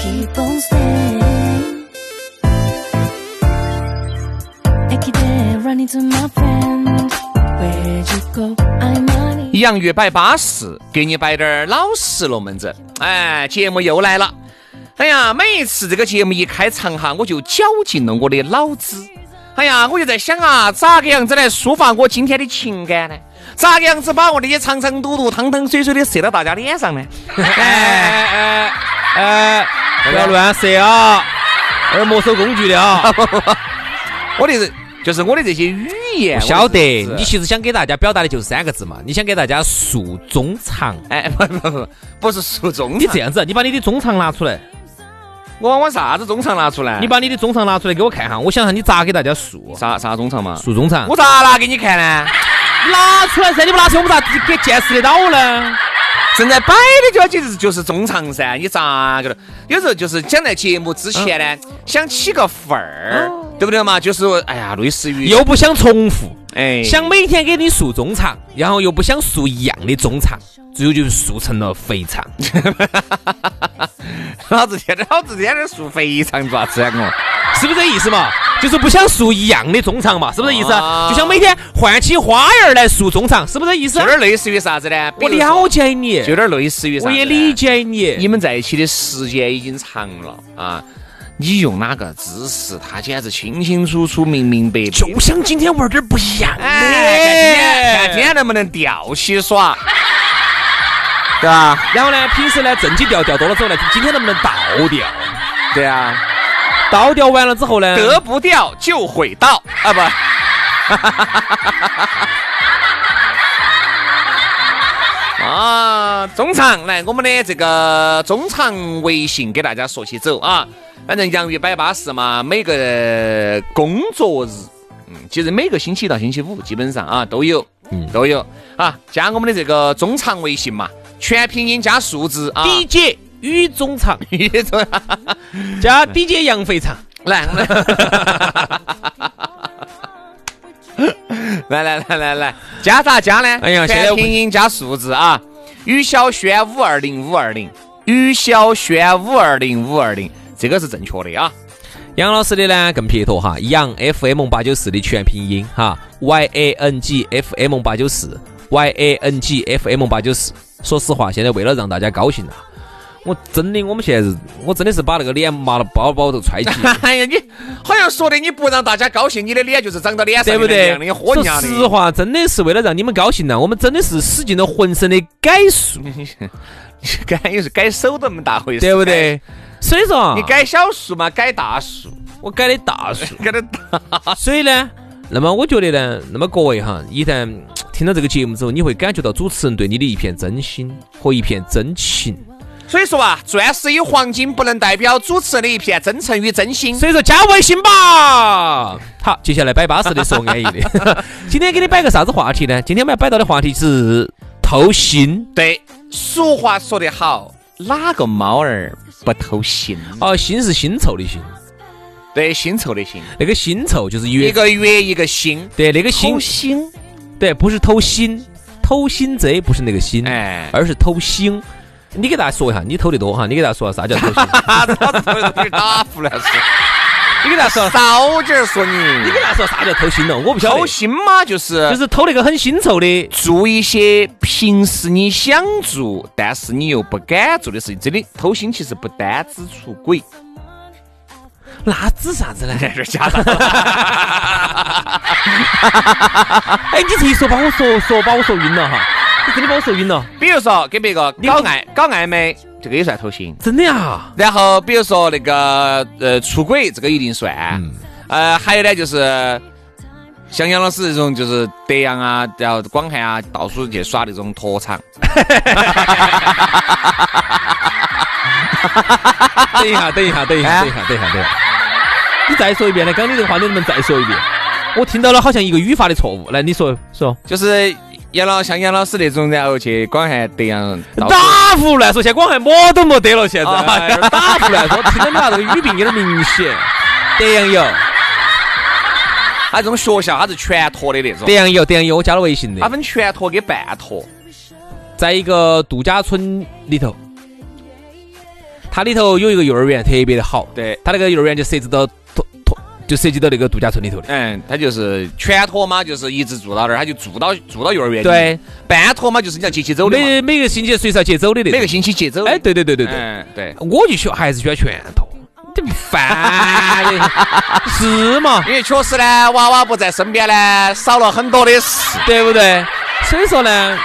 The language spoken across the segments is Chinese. keep on staying. Ekide, run into my friend. Where'd you go? I'm on it. 洋芋摆巴适，给你摆点儿老实龙门阵。哎，节目又来了。哎呀，每一次这个节目一开场哈，我就绞尽了我的脑子。哎呀，我就在想啊，咋个样子来抒发我今天的情感呢？咋个样子把我那些长长嘟嘟、汤汤水水的射到大家脸上呢？ 哎哎哎！不要乱射啊！那是没收工具的啊！我的人就是我的这些语言，不晓得，我你其实想给大家表达的就三个字嘛，你想给大家诉衷肠。哎 不不不，不是说中你场这，样子，你把你的衷肠拿出来，我往啥子中场拿出来？你把你的衷肠拿出来给我看哈，我想让你咋给大家诉啥啥中场嘛？诉衷肠我。咋拿给你看呢？拿出来噻，你不拿出来，我们咋给见识得到呢？正在摆的就要就是就是中场噻，你咋个了？有时候就是想在节目之前呢，嗯想起个份儿，对不对嘛？就是说哎呀，类似于又不哦想重复，哎，想每天给你诉衷肠，然后又不想诉一样的衷肠，最后就诉成了肥肠。老子天天老子天天说肥肠爪子呀我。是不是这意思嘛？就是不想诉一样的衷肠嘛，是不是这意思？啊就想每天换起花样儿来诉衷肠，是不是这意思啊就有？点类似于啥子呢？比我如说，了解你就，有点类似于啥子我呢也理。解你你。们在一起的时间已经长了啊，你用哪个姿势，他简直清清楚楚、明明白白。就想今天玩点不一样的。哎，看今天看今天能不能吊起耍，对吧？然后呢，平时呢正经调调多了之后呢，今天能不能倒调？对啊，倒调完了之后呢，得不掉就毁到啊不。 啊，中场来，我们的这个中场微信给大家说起走啊。反正洋芋摆巴士嘛，每个工作日，嗯，其实每个星期一到星期五基本上啊都有，嗯，都有啊。加我们的这个中场微信嘛，全拼音加数字啊。 DJ 与衷肠加 DJ 羊肥肠，来， 我们来来来来来，加咋加呢？哎呀现在全拼音加数字啊！于小轩五二零五二零，于小轩五二零五二零，这个是正确的啊！杨老师的呢更撇脱哈，杨 FM 八九四的全拼音哈，Y A N G F M 八九四，Y A N G F M 八九四。说实话，现在为了让大家高兴啊，我真的我们现在是，我真的是把那个脸麻了包包都 揣起， 哎呀，你好像说的你不让大家高兴，你的脸就是长到脸上对不一对样的，？豁说你娘实的！话，真的是为了让你们高兴呢、啊我们真的是使尽了浑身的解数，改又是 改手都那么大回事，对不？对？所以说啊，你改小数嘛，改大 数，我改的大数。改的大。所以呢，那么我觉得呢，那么各位哈，一旦嗯听到这个节目之后，你会感觉到主持人对你的一片真心和一片真情。所以说啊，钻石与黄金不能代表主持人的一片真诚与真心。所以说加微信吧。好，接下来摆巴适的说安逸的。 今天给你摆个啥子话题呢？今天我们要摆到的话题是偷腥。对，俗话说得好，哪个猫儿不偷腥？哦，腥是腥臭的腥，对，腥臭的腥，那个腥臭就是一越个月一个腥，对那个偷腥， 腥。对，不是偷腥，偷腥贼不是那个腥，哎，而是偷腥。你给大家说一下，你偷得多哈，你给大家说下啥叫偷 腥？哈子老子头啊有点打胡 乱说，你给大家说，少点儿说你你。给大家说啥叫偷腥了？我不晓得偷。腥嘛，就是就是偷那个很腥臭的。做一些平时你想做，但是 你又不敢做的事情。真的，偷腥其实不单指出轨，那指啥子呢？这是假的。哎，你这一说把我说说把我说晕了哈，你真的把我说晕了， 比如说跟别个搞暧搞暧昧，这个也算偷腥。真的啊呀。然后比如说那个呃出轨，这个一定算。嗯呃，还有呢就是像杨老师这种，就是德阳啊，然后广汉啊，到处去耍那种拖场。等一下，等一下，等一下，哎等一下，等一下，等一下。你再说一遍来，刚刚你这个话你能不能再说一遍？我听到了，好像一个语法的错误。来，你说说。就是杨老像杨老师那种，然后去广汉德阳到处打胡乱说，现在广汉么都没得了，现在啊哎打胡乱 说，听到没有？这个语病有点明 显。德阳有，他这种学校他是全托的那种德，阳有，德阳有，我加了微信他的，分全托跟半托。在一个度假村里头，它里头有一个幼儿园特别的好，对，它那个幼儿园就设置到托托，就涉及到那个度假村里头的。嗯，他就是全托嘛，就是一直住到那儿，他就住到住到幼儿园。对，半托嘛，就是你要接起走的嘛，每每个星期随时要接走的那每种个。星期接走。哎，，对对对对对。嗯，对。我就喜欢还是喜欢拳头，这不烦 的，是嘛？因为确实呢，娃娃不在身边呢，少了很多的事对不对？所以说呢，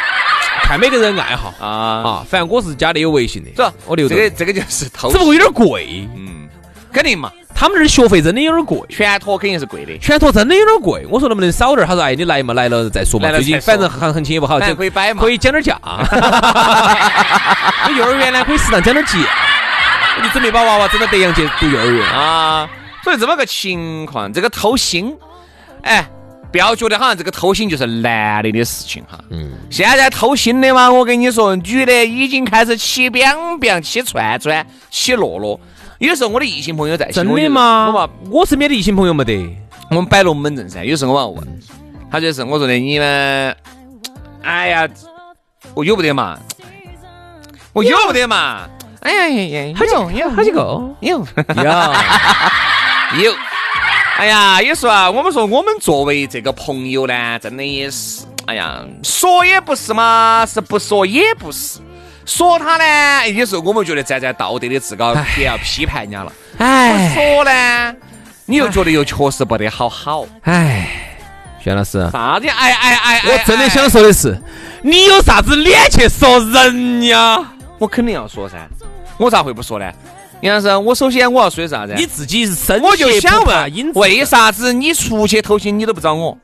看每个人爱好啊。啊，反正我是加的有微信的，这我留着这，个这个就是偷只，不过有点贵，嗯，肯定嘛，他们那儿学费真的有点贵。全托肯定是贵的，拳头真的有点贵，我说能不能少点儿？他说：“哎，你来嘛，来了再说嘛。来了最近再说反正行行情也不好，反正就可以摆嘛可以讲点儿价。 我幼儿园呢，可以适当讲点儿价。我就准备把娃娃整到德阳去读幼儿园。啊，所以这么个情况，这个偷腥，哎，不要觉得好像这个偷腥就是男的的事情哈。嗯。现在偷腥的嘛，我跟你说，女的已经开始起 biang biang、起串串、起落落。有时候我的异性朋友在一起，真我的就吗？我嘛，我身边的异性朋友没得。我们摆龙门阵噻，有时候我要问，他就是我说的你们，哎呀，我有不得嘛，我有不得嘛，哎呀呀呀，有有好几个。有呀。” 有。哎呀，有时候啊，我们说我们作为这个朋友呢，真的也是，哎呀，说也不是嘛，是不说也不是。说他呢，有时候我们觉得站在道德的制高点要批判人家了；哎说呢，你又觉得又确实不得好好。哎，轩老师，啥子呀？哎哎哎！哎我真的，想哎说的是，你有啥子脸去说人呀？我肯定要说噻，我咋会不说呢？杨老师，我首先我要说啥子？你自己是生哎我就气想不怕问因，子为啥子你出去偷腥你都不找 我？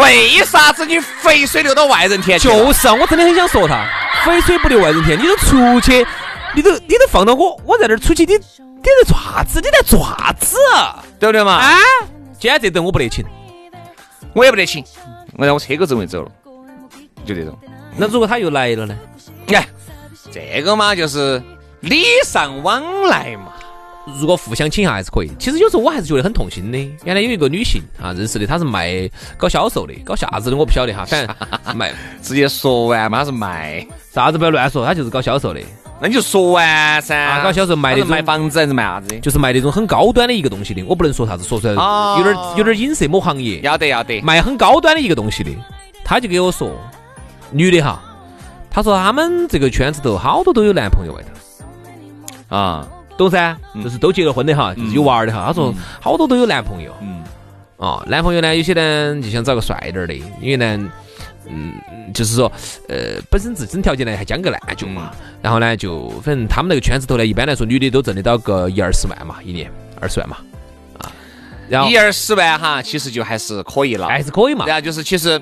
为啥子你肥水流到外人田去了？就是啊，我真的很想说他，肥水不流外人田，你都出去，你都你都放到我，我在这儿出去，你你在做啥子？你在做啥子？对不对嘛？啊？今天这顿我不得请。我也不得请，我让我车哥准备走了，就这种。那如果他又来了呢？哎，这个嘛就是礼尚往来嘛。如果互相请一下还是可以。其实有时候我还是觉得很痛心的。原来有一个女性啊，认识的，她是卖搞销售的，搞啥子的我不晓得哈，反正卖直接说完嘛，他是卖，啥子不要乱说，她就是搞销售的。那你就说完噻。啊搞销售卖他那是种卖房子还是卖啥子？就是卖那种很高端的一个东西的，我不能说啥子，说出来哦有点有点影射某行业，要得要得，卖很高端的一个东西的，他就给我说，女的哈，她说他们这个圈子头好多都有男朋友外头，啊，懂噻？嗯就是都结了婚的哈，就是有娃儿的哈，她说好多都有男朋友嗯，啊，男朋友呢有些呢就想找个帅点儿的，因为呢。嗯，就是说，呃，本身自身条件呢还将个烂就嘛，嗯然后呢，就反正他们那个圈子头呢，一般来说女的都挣得到个一二十万嘛，一年二十万嘛，啊，然后一二十万哈，其实就还是可以了。还是可以嘛。然后就是其实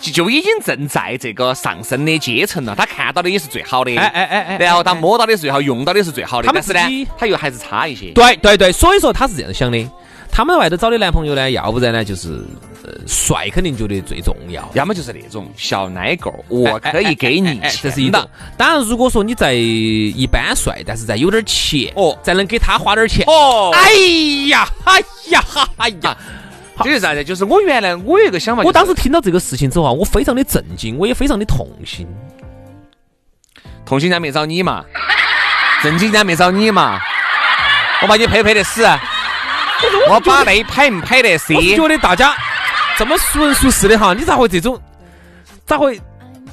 就就已经正在这个上升的阶层了，他看到的也是最好的，哎哎哎哎然后他摸到的是最好，用到的是最好的，他们但是自己呢，他又还是差一些。哎对对对，所以说他是这样想的。他们外头找的男朋友呢，要不然呢就是，呃，帅肯定觉得最重要。要么就是那种小奶狗，我可以给你哎，这是一钱种的。。当然，如果说你在一般帅，但是在有点钱哦再能给他花点钱。哦，啊哎呀，哎呀，哎呀！这是啥子？就是我原来我有一个想法，我当时时听到这个事情之后啊，我非常的震惊，我也非常的痛心。同性家没找你嘛，正经家没找你嘛，我把你拍拍得死，啊我把那拍不拍得死我。是觉得大家这么熟人熟事的哈，你咋会这种？咋会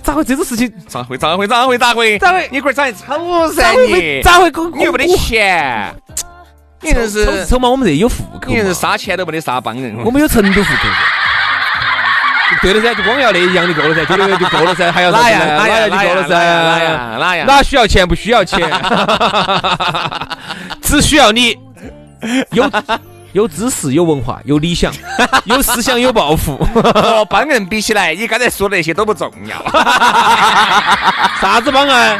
咋会这种事情？咋会？咋会？咋会？咋会？咋会你龟儿长得丑噻咋会被？哎你！咋会跟？你又没得我钱，你硬丑是丑嘛，我们这有户口你硬是嘛，啥钱都没得，啥帮人。我们有成都户口。对的噻，就光要那一样就够了噻，就那个就够了噻，还要啥子哪呢样哪哪样样就够了噻，哪样哪样？哪需要钱不需要钱，只需要你有有知识、有文化、有理想、有思想、有抱负。 和帮人比起来，你刚才说的那些都不重 要。啥子帮啊？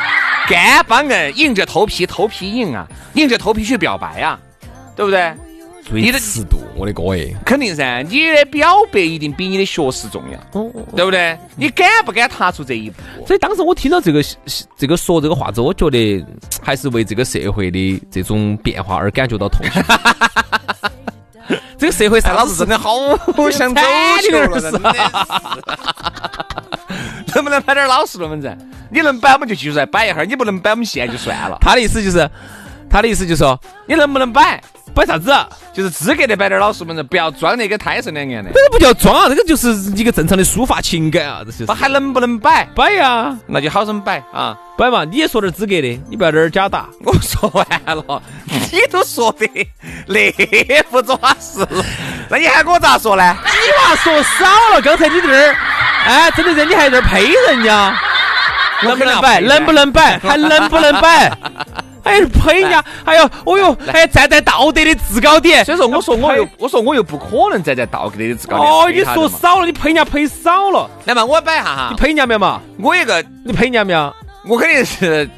干帮人，硬着头皮，头皮硬啊，硬着头皮去表白啊，对不对？你的尺度，我的哥耶！肯定噻，你的表白一定比你的学识重要，对不对？你敢不敢踏出这一步？所以当时我听到这个这个说这个话之后，我觉得还是为这个社会的这种变化而感觉到痛 心。这个社会哎，啥老子子真的好想走球了，真的是。 能不能摆点老实龙门阵？你能摆我们就继续再摆一会儿，你不能摆我们现在就算了。他的意思就是，他的意思就是说，你能不能摆？摆啥子啊？就是资格的摆点老实龙门阵，不要装那跟胎神两样的。这不叫装啊，这个就是一个正常的抒发情感啊，这就是。那还能不能摆？摆呀，那就好生摆啊！ 摆嘛，你也说点资格的，你不要在这儿假打。我说完了， 你都说的那副爪式了， 那你喊我咋说呢？你话说少了，刚才你在这儿，哎，真的在你还在这儿呸人家，能不能摆？能不能 摆？还能不能摆？哎，呸人家！哎呦，哦呦，哎，站在道德的制高点。所以说，我说我呸又我说我又不可能站在道德的制高点。哦，你说，少了，你呸人家呸少了，那么我摆一下你哈，呸人家没有嘛？我一个你呸人家没 有？我肯定是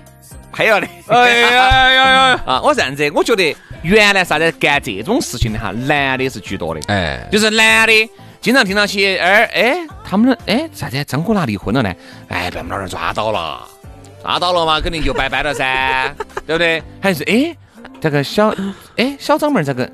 配了的。哎呀呀呀！ 啊，我这样子，我觉得原来啥子干这种事情的哈，男的是居多的，哎，就是男的经常听到起，哎哎，他们哎啥子张哥拿离婚了呢？哎，被我们老儿抓到了，抓到了嘛，肯定就拜拜了噻， 对不对？还是哎这个小哎小张妹儿这个。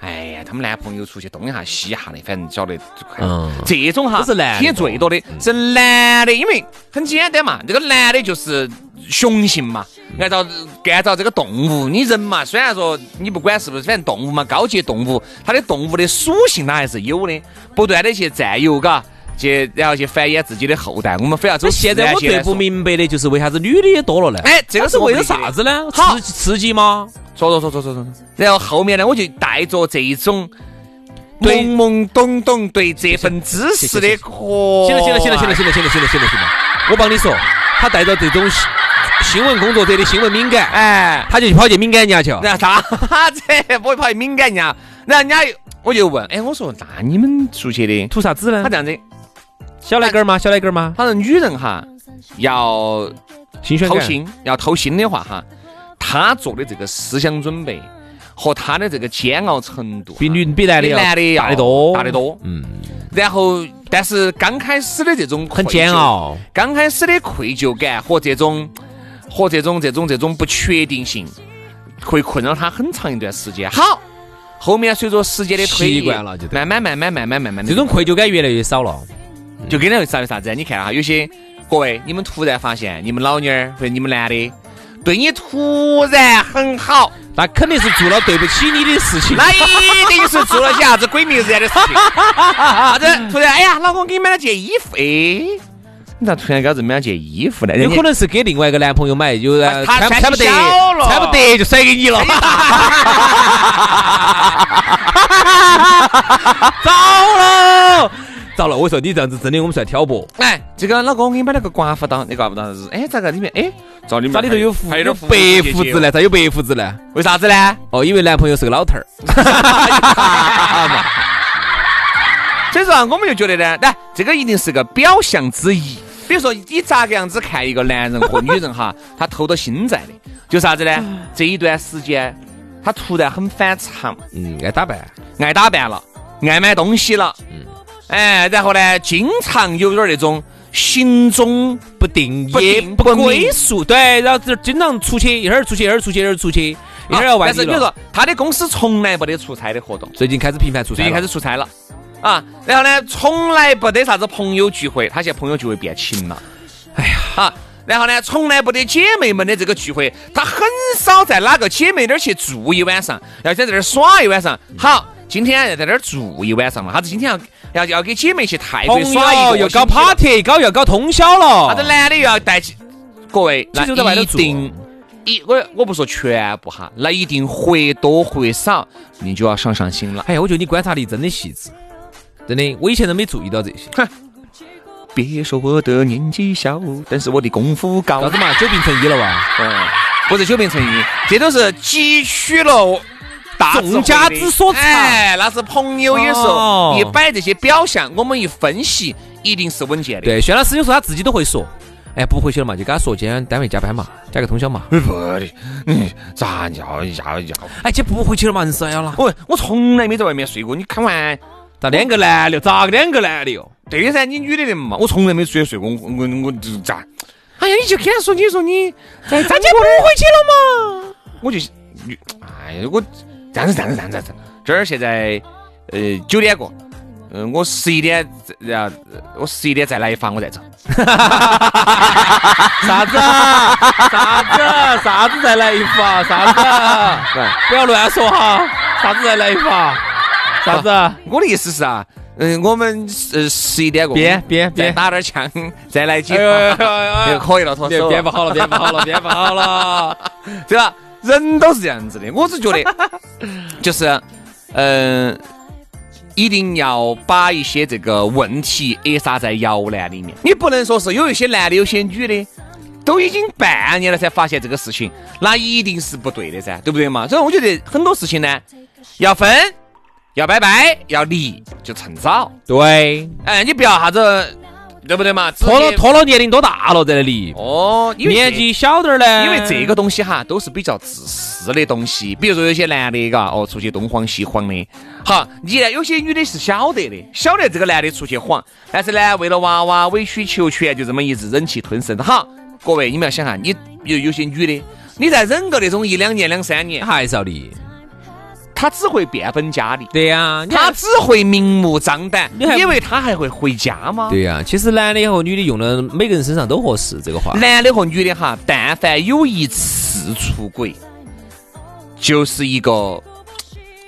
哎呀，他们男朋友出去东一下西一下的，反正晓得就快嗯这种哈都是男的听最多的嗯是男的，因为很简单嘛，这个男的就是雄性嘛，按照按照这个动物，你人嘛，虽然说你不管是不是，反正动物嘛，高级动物，它的动物的属性它还是有的，不断的去占有，嘎。去，然后去繁衍自己的后代。我们非要走所以现自在然我界来最不说明白的就是为啥子女的也多了呢？哎这个他是是我为了理解的啥子呢？好刺激刺激吗？说说说说说说。然后后面呢，我就带着这一种对懵懵懂懂对这份知识的渴。行了行了行了行了行了行了行了行了行了，我帮你说，他带着这种新新闻工作者的新闻敏感，哎，他就去跑去敏感人家去了。 那啥子？我怕敏感人家，那人家又我就问，哎，我说那你们出去的，图啥子呢他？这样子，小奶狗儿吗？小奶狗儿吗？他说女人哈要新鲜偷感。心，要偷心的话哈，她做的这个思想准备和她的这个煎熬程度哈，啊比女啊比男的比要男的要大得多，大得多。嗯，然后，但是刚开始的这种很愧疚煎熬，刚开始的愧疚感和这种和这种这种这种不确定性，会困扰他很长一段时间。好，后面随着时间的推移，习惯了就对慢慢慢慢慢慢慢慢地，这种愧疚感越来越少了。就跟那个啥啥子啊？你看啊，有些各位，你们突然发现你们老妞儿或者你们男的对你突然很好，那肯定是做了对不起你的事情。那一定是做了些啥子鬼迷日眼的事 情。啥子？突然，哎呀，老公给你买了件衣服，哎，你咋突然给老子买了件衣服呢？有可能能是给另外一个男朋友买，有人啊他穿他穿不得，小了穿不得就甩给你了。哎 糟了，糟了！我说你这样子真的，我们算挑拨。哎，这个老公给你买了个刮胡刀，你刮不到啥子？哎，咋个里面？哎，照里面咋里头有胡还有有点白胡子？呢？咋有白胡子呢？为啥子呢？哦，因为男朋友是个老头儿。所以说啊，我们就觉得呢，来，这个一定是个表象之一。比如说，你咋个样子看一个男人或女人哈， 他偷到心在的，就啥子呢？这一段时间，他突然很反常，嗯，爱打扮。爱打扮了，爱买东西了，嗯，哎，然后呢，经常有点那种行踪不定不也定不不归明宿，对，然后就经常出去，一会儿出去，一会儿出去，一会儿出去，一会儿要外啊但地是比如了。说，他的公司从来没得出差的活动，最近开始频繁出差最了，近开始出差了。啊，然后呢，从来不得啥子朋友聚会，他现在朋友聚会变勤了。哎呀，啊，然后呢，从来不得姐妹们的这个聚会，他很少在哪个姐妹那儿去住一晚上，要在这儿耍一晚上。好，今天在那儿住一晚上了，他子今天要要要给姐妹去泰国朋耍一友个又星哦期搞 party，搞又搞通宵了。啥子男的又要带起。各位，其那实在外头一住定一我我不说全部哈，那一定或多或少你就要上上心了。哎呀，我觉得你观察力真的细致，真的，我以前都没注意到这些。别说我的年纪小，但是我的功夫高啥子嘛，久病成医了哇，嗯，不是久病成医，这都是汲取了大智慧的众家之所长哎，那是朋友有时哦候一摆这些表象，我们一分析，一定是稳健的。对，轩老师有时候他自己都会说，哎呀，不回去了嘛，就跟他说今天单位加班嘛，加个通宵嘛。哎，不的，嗯，咋要要要？哎，今天不回去了嘛，硬是要了。我我从来没在外面睡过，你看完咋两个男的哟？咋个两个男的哟？对噻，你女的的嘛，我从来没出去睡过，我我我就咋？哎呀，你就跟他说，你说你在咱家不回去了嘛？我就，女哎呀，我这样子这样子这样子这样子，这儿现在呃九点过，嗯、我十一点然后我十一点再来一发，我再走。啥子？啊啥子？啊啥子再来一发？啥 子？啊不要乱说哈！啥子再来一发？啥子？我的意思是啊，嗯、我们呃十一点过，别别再别！打点枪，再来几哎呦哎呦 发，哎就呦！可以了，脱别手别不了，好了，别不好了，别不好 了！对吧？人都是这样子的，我是觉得 就是，嗯、一定要把一些这个问题扼杀在摇篮里面。你不能说是有一些男的，有些女的，都已经半年了才发现这个事情，那一定是不对的噻，对不对嘛？所以我觉得很多事情呢，要分，要拜拜，要离，就趁早。对，哎，你不要啥子，对不对嘛？直接拖了拖了，年龄多大了再来离？哦，因为这年纪小点儿呢？因为这个东西哈，都是比较自私的东西。比如说有些男的，嘎，哦，出去东晃西晃的。好，你呢？有些女的是晓得的，晓得这个男的出去晃，但是呢，为了娃娃委曲求全，就这么一直忍气吞声。好，各位你们要想哈，你有有些女的，你再忍个那种一两年、两三年，还是要离。她只会变本加厉，对呀，你她只会明目张胆。你还你以为她还会回家吗？对呀，其实男的和女的用的每个人身上都合适这个 话。男的和女的哈，但凡有一次出轨，就是一个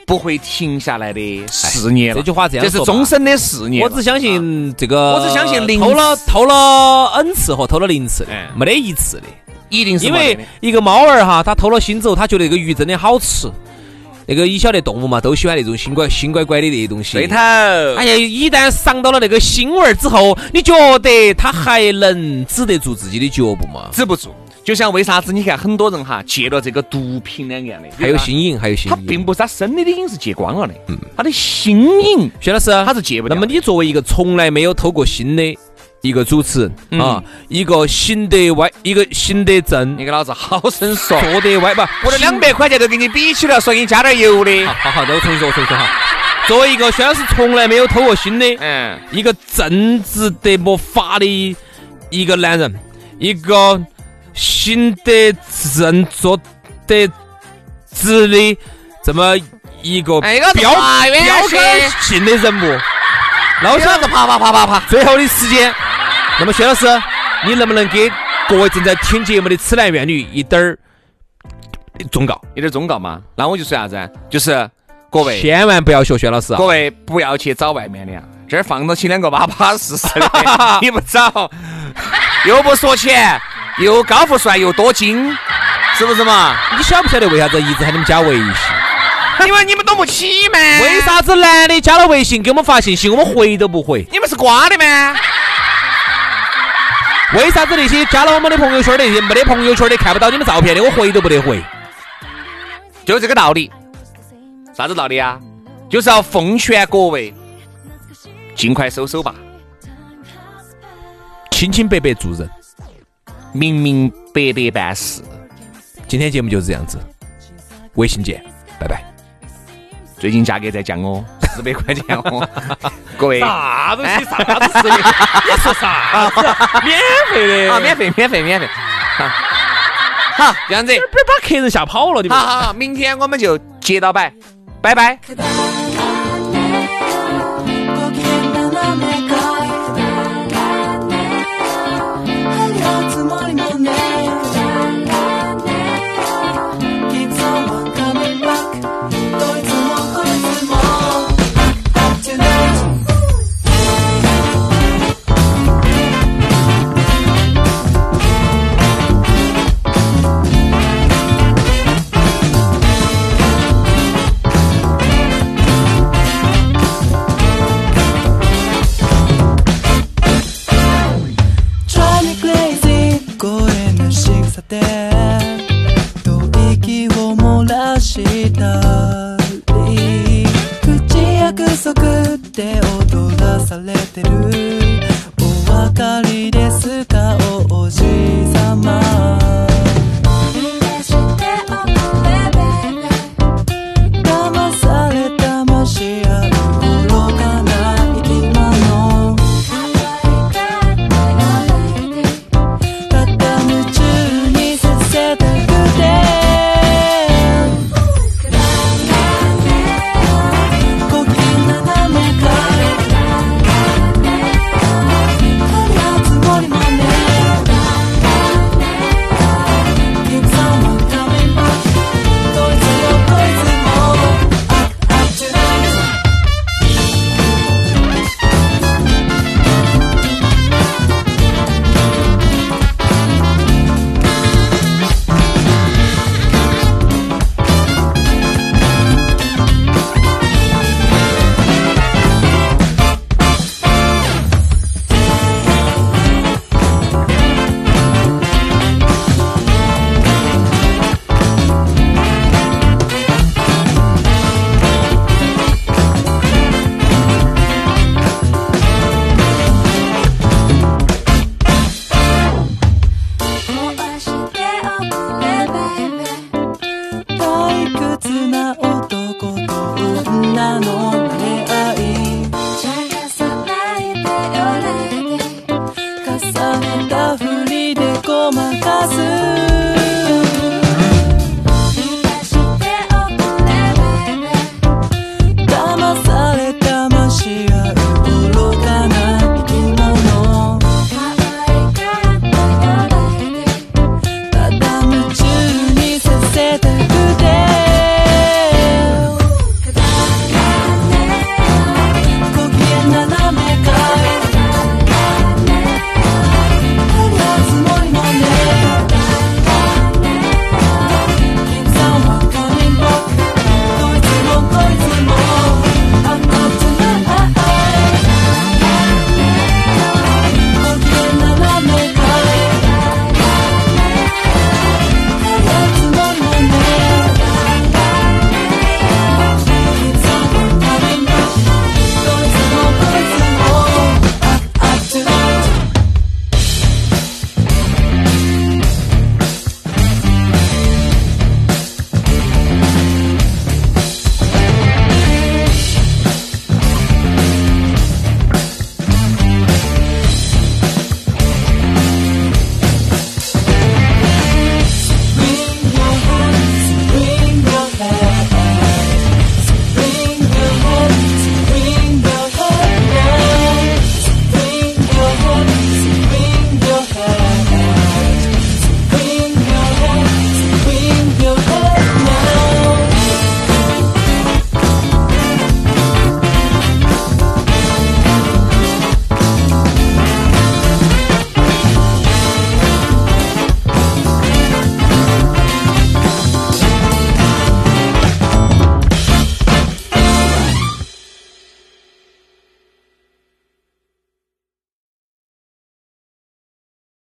不会停下来的事业了哎这句话这样这说是吧终身的事业了。啊我只相信这个，我只相信零次偷了偷了 n 次和偷了零次的哎，没得一次的。一定是因没得为的一个猫儿哈，它偷了心之后，它觉得那个鱼真的好吃。那个你晓得动物嘛，都喜欢那种新乖新乖乖的那些东西。对头。哎呀，一旦尝到了那个腥味儿之后，你觉得它还能止得住自己的脚步吗？止不住。就像为啥子你看很多人哈戒了这个毒品两样的，还有心瘾，还有心嗯他瘾并。不是他生理的瘾是戒光了的，他的心瘾薛老师，他是戒不那掉么的。你作为一个从来没有偷过腥的一个主持人嗯啊，一个行得歪，一个行得正，你给老子好生说，坐得歪吧，我的两百块钱都给你比起了，说给你加点油的。好好好，那我重新说，我重新说哈。作为一个薛老师从来没有偷过腥的，嗯，一个正直得没法的一个男人，一个行得正坐得直的这么一个哎我的标妈呀标是杆性的人物。那我老想子啪啪啪啪啪。最后的时间，那么薛老师，你能不能给各位正在听节目的痴男怨女一点儿忠告？有点忠告嘛。那我就说啥子啊？就是各位，千万不要学薛老师啊各！位不要去找外面的啊，这儿放到起两个巴巴适适 的，你不找，又不说钱，又高富帅又多金，是不是嘛？你晓不晓得为啥子一直喊你们加微信？因为你们懂不起嘛。为？啥子男的加了微信给我们发信息，我们回都不回？你们是瓜的吗？为啥子那些加了我们的朋友圈的那些没得朋友圈的看不到你们照片的，我回都不得回？就这个道理。啥子道理啊？就是要奉劝各位，尽快收手吧，清清白白做人。明明白白办事。今天节目就是这样子，微信见，拜拜。最近价格在降哦，四百块钱哦，各 位。啥东西？啥子事情？你说啥 子？免费啊，免费，免费，免费。好，好，这样子，别把客人吓跑了，你好好，好，明天我们就接到摆，拜拜。 Keep someone coming back. 또 있으면 또 있으면.約束って踊らされてるお分かりですかおじさま